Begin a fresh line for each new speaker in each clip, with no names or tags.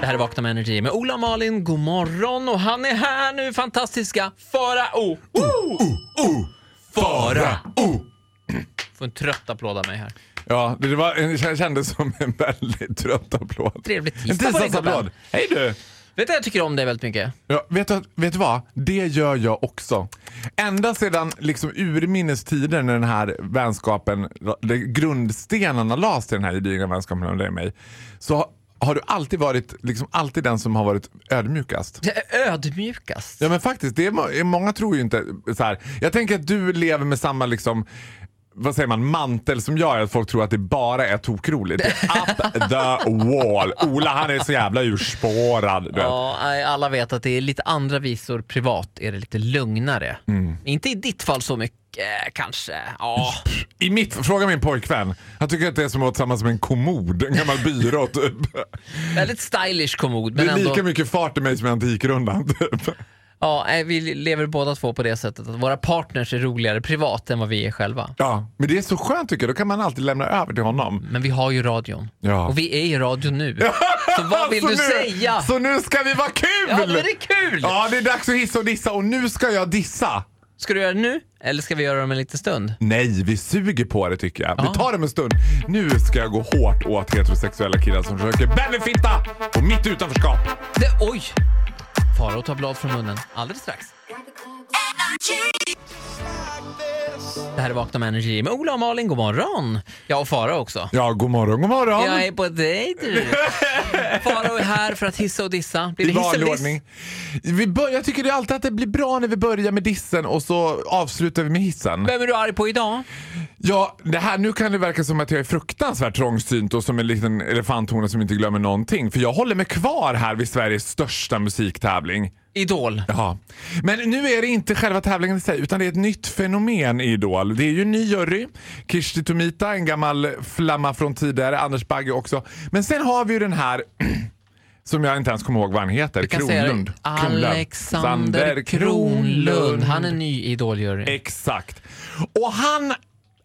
Det här är Vakna med Energy med Ola och Malin. God morgon och han är här nu, fantastiska Farao! Oh, Farao! Får en trött applåd av mig här.
Ja, det var, det kändes som en väldigt trött applåd.
Trevlig
En
tisdag på dig
tisdagsapplåd.
gubben.
Hej du!
Vet du jag tycker om dig väldigt mycket?
Ja, vet, du, vet du vad? Det gör jag också. Ända sedan liksom urminnes tider när den här vänskapen, de grundstenarna lades till den här gedigna vänskapen mellan dig och mig, så har- har du alltid varit liksom, alltid den som har varit ödmjukast.
Det är ödmjukast.
Ja men faktiskt, det är, må- många tror ju inte så här. Jag tänker att du lever med samma liksom vad säger man, mantel som jag är att folk tror att det bara är tokroligt. Det är Up the wall. Ola han är så jävla urspårad. Du vet.
Ja, nej, alla vet att det är lite andra visor privat, är det lite lugnare.
Mm.
Inte i ditt fall så mycket kanske. Ja.
I mitt, fråga min pojkvän. Han tycker att det är som att vara tillsammans med en kommod, en gammal byrå typ.
Väldigt stylish kommod,
Det
men
är
ändå.
lika mycket fart i mig som i Antikrundan typ.
Ja, nej, vi lever båda två på det sättet att våra partners är roligare privat än vad vi är själva.
Ja, men det är så skönt tycker jag. Då kan man alltid lämna över till honom.
Men vi har ju radion.
Ja.
Och vi är i radion nu. Så vad vill
Så
du
nu,
säga?
Så nu ska vi vara kul!
Ja, nu är det kul!
Ja, det är dags att hissa och dissa och nu ska jag dissa.
Ska du göra det nu eller ska vi göra det om en liten stund?
Nej, vi suger på det tycker jag.
Ja.
Vi tar det med stund. Nu ska jag gå hårt åt heterosexuella killar som försöker benefitta på mitt utanförskap.
Det, oj! Farao tar blad från munnen alldeles strax. Det här är Vakna med Energy med Ola och Malin. God morgon! Jag och Farao också.
Ja, god morgon, god morgon.
Jag är på dejt du. Farao är här för att hissa och dissa. Blir det
I
hiss
vanlig
eller diss?
ordning. Vi bör, jag tycker det är alltid att det blir bra när vi börjar med dissen och så avslutar vi med hissen.
Vem är du arg på idag?
Ja, det här, nu kan det verka som att jag är fruktansvärt trångsynt och som en liten elefanthona som inte glömmer någonting. För jag håller mig kvar här vid Sveriges största musiktävling.
Idol.
Jaha. Men nu är det inte själva tävlingen i sig utan det är ett nytt fenomen i Idol. Det är ju ny jury. Kirsti Tomita, en gammal flamma från tidigare. Anders Bagge också. Men sen har vi ju den här som jag inte ens kommer ihåg vad han heter.
Vi kan säga
Kronlund. Kronlund.
Alexander
Sander Eh.
Kronlund. Han är ny i Idoljuryn.
Exakt. Och han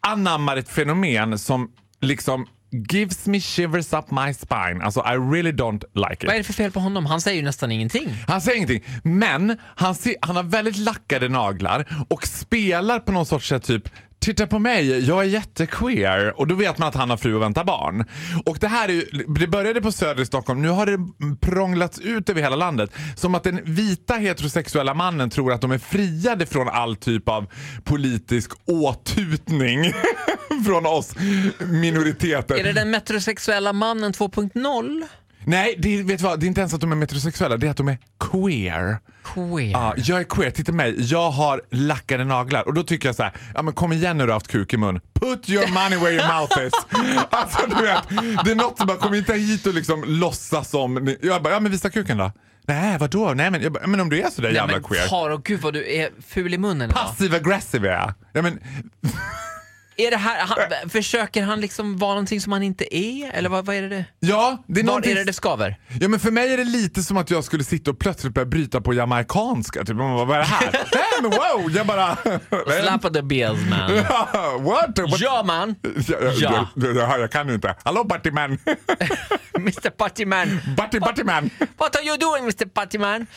anammar ett fenomen som liksom gives me shivers up my spine. Alltså I really don't like it.
Vad är det för fel på honom? Han säger ju nästan ingenting.
Han säger ingenting, men han, ser, han har väldigt lackade naglar och spelar på någon sorts sätt typ Titta på mig, jag är jättequeer. Och då vet man att han har fru och väntar barn. Och det här är ju, det började på Söder i Stockholm, nu har det prånglats ut över hela landet. Som att den vita heterosexuella mannen tror att de är friade från all typ av politisk åtutning från oss minoriteter.
Är det den metrosexuella mannen 2.0?
Nej, det, vet du vad? det är inte ens att de är metrosexuella, det är att de är queer.
Queer.
Ja, jag är queer, titta mig. Jag har lackade naglar. Och då tycker jag så här, ja men kom igen nu du har haft kuk i mun. Put your money where your mouth is. alltså du vet, det är något som bara, kom inte hit och liksom låtsas som. ni- Jag bara, ja men visa kuken då. Nej vadå? Nej men, jag bara, men om du är sådär
Nej,
jävla
men
queer.
far och gud vad du är ful i munnen idag.
Passiv aggressiv är jag. Ja, men,
Är det här,
Eh.
han, försöker han liksom vara någonting som han inte är? Eller vad, vad är det det?
ja, det är
Var
någonting-
är det det skaver?
Ja men för mig är det lite som att jag skulle sitta och plötsligt börja bryta på jamaicanska. Typ, man bara, vad är det här? Nej men wow! Jag bara...
Slap of the bills man.
What? What?
Ja man!
Ja.
Ja.
Jag, jag, jag, jag kan ju inte. Hallå Battyman!
Mr Partyman.
Batty Battyman!
What are you doing Mr Partyman?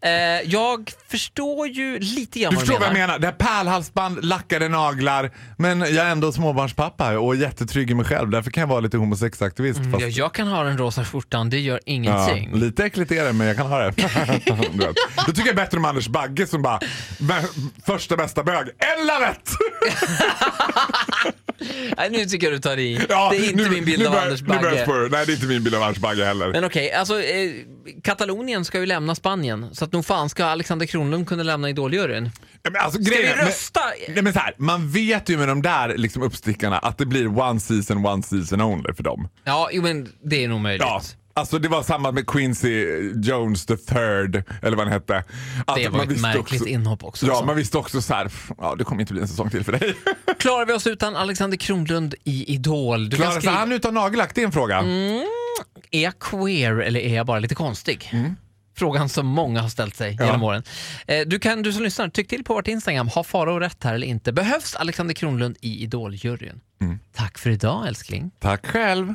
Eh, jag förstår ju lite grann
Du
vad
förstår vad jag menar. Det här pärlhalsband, lackade naglar. Men jag är ändå småbarnspappa och är jättetrygg i mig själv. Därför kan jag vara lite homosexaktivist. fast-
Ja, Mm, jag kan ha den rosa skjortan, det gör
Ja,
ingenting.
lite äckligt är det men jag kan ha det. Du vet. Då tycker jag bättre om Anders Bagge som bara "Bä- första bästa bög. Eller rätt!
Nej, nu tycker jag du tar i.
Ja,
det är inte
nu-
min bild
nu
av
börjar-
Anders
Nu börjar jag
Bagge.
spåra. Nej det är inte min bild av Anders Bagge heller.
Men okej, alltså eh, Katalonien ska ju lämna Spanien, så att nog fan ska Alexander Kronlund kunna lämna Idoljuryn.
Ja, Men alltså,
Ska vi
grejen är- men-
rösta?
Nej, men så här, man vet ju med de där liksom, uppstickarna att det blir one season, one season only för dem.
Ja, jo men det är nog möjligt.
Ja. Alltså det var samma med Quincy Jones the third, eller vad han hette. Att
Det var
man
ett
visste
märkligt inhopp också.
Ja,
alltså.
man visste också så här, "Pff, ja, det kommer inte bli en säsong till för dig.
Klarar vi oss utan Alexander Kronlund i Idol? Du kan
Klarar sig
skriva,
han utan nagellack? Det är en fråga.
Mm. Är jag queer eller är jag bara lite konstig? Frågan som många har ställt sig
Ja.
genom åren. Eh, Du, kan, du som lyssnar, tyck till på vårt Instagram. Har Farao rätt här eller inte? Behövs Alexander Kronlund i Idoljuryn? Tack för idag älskling.
Tack själv.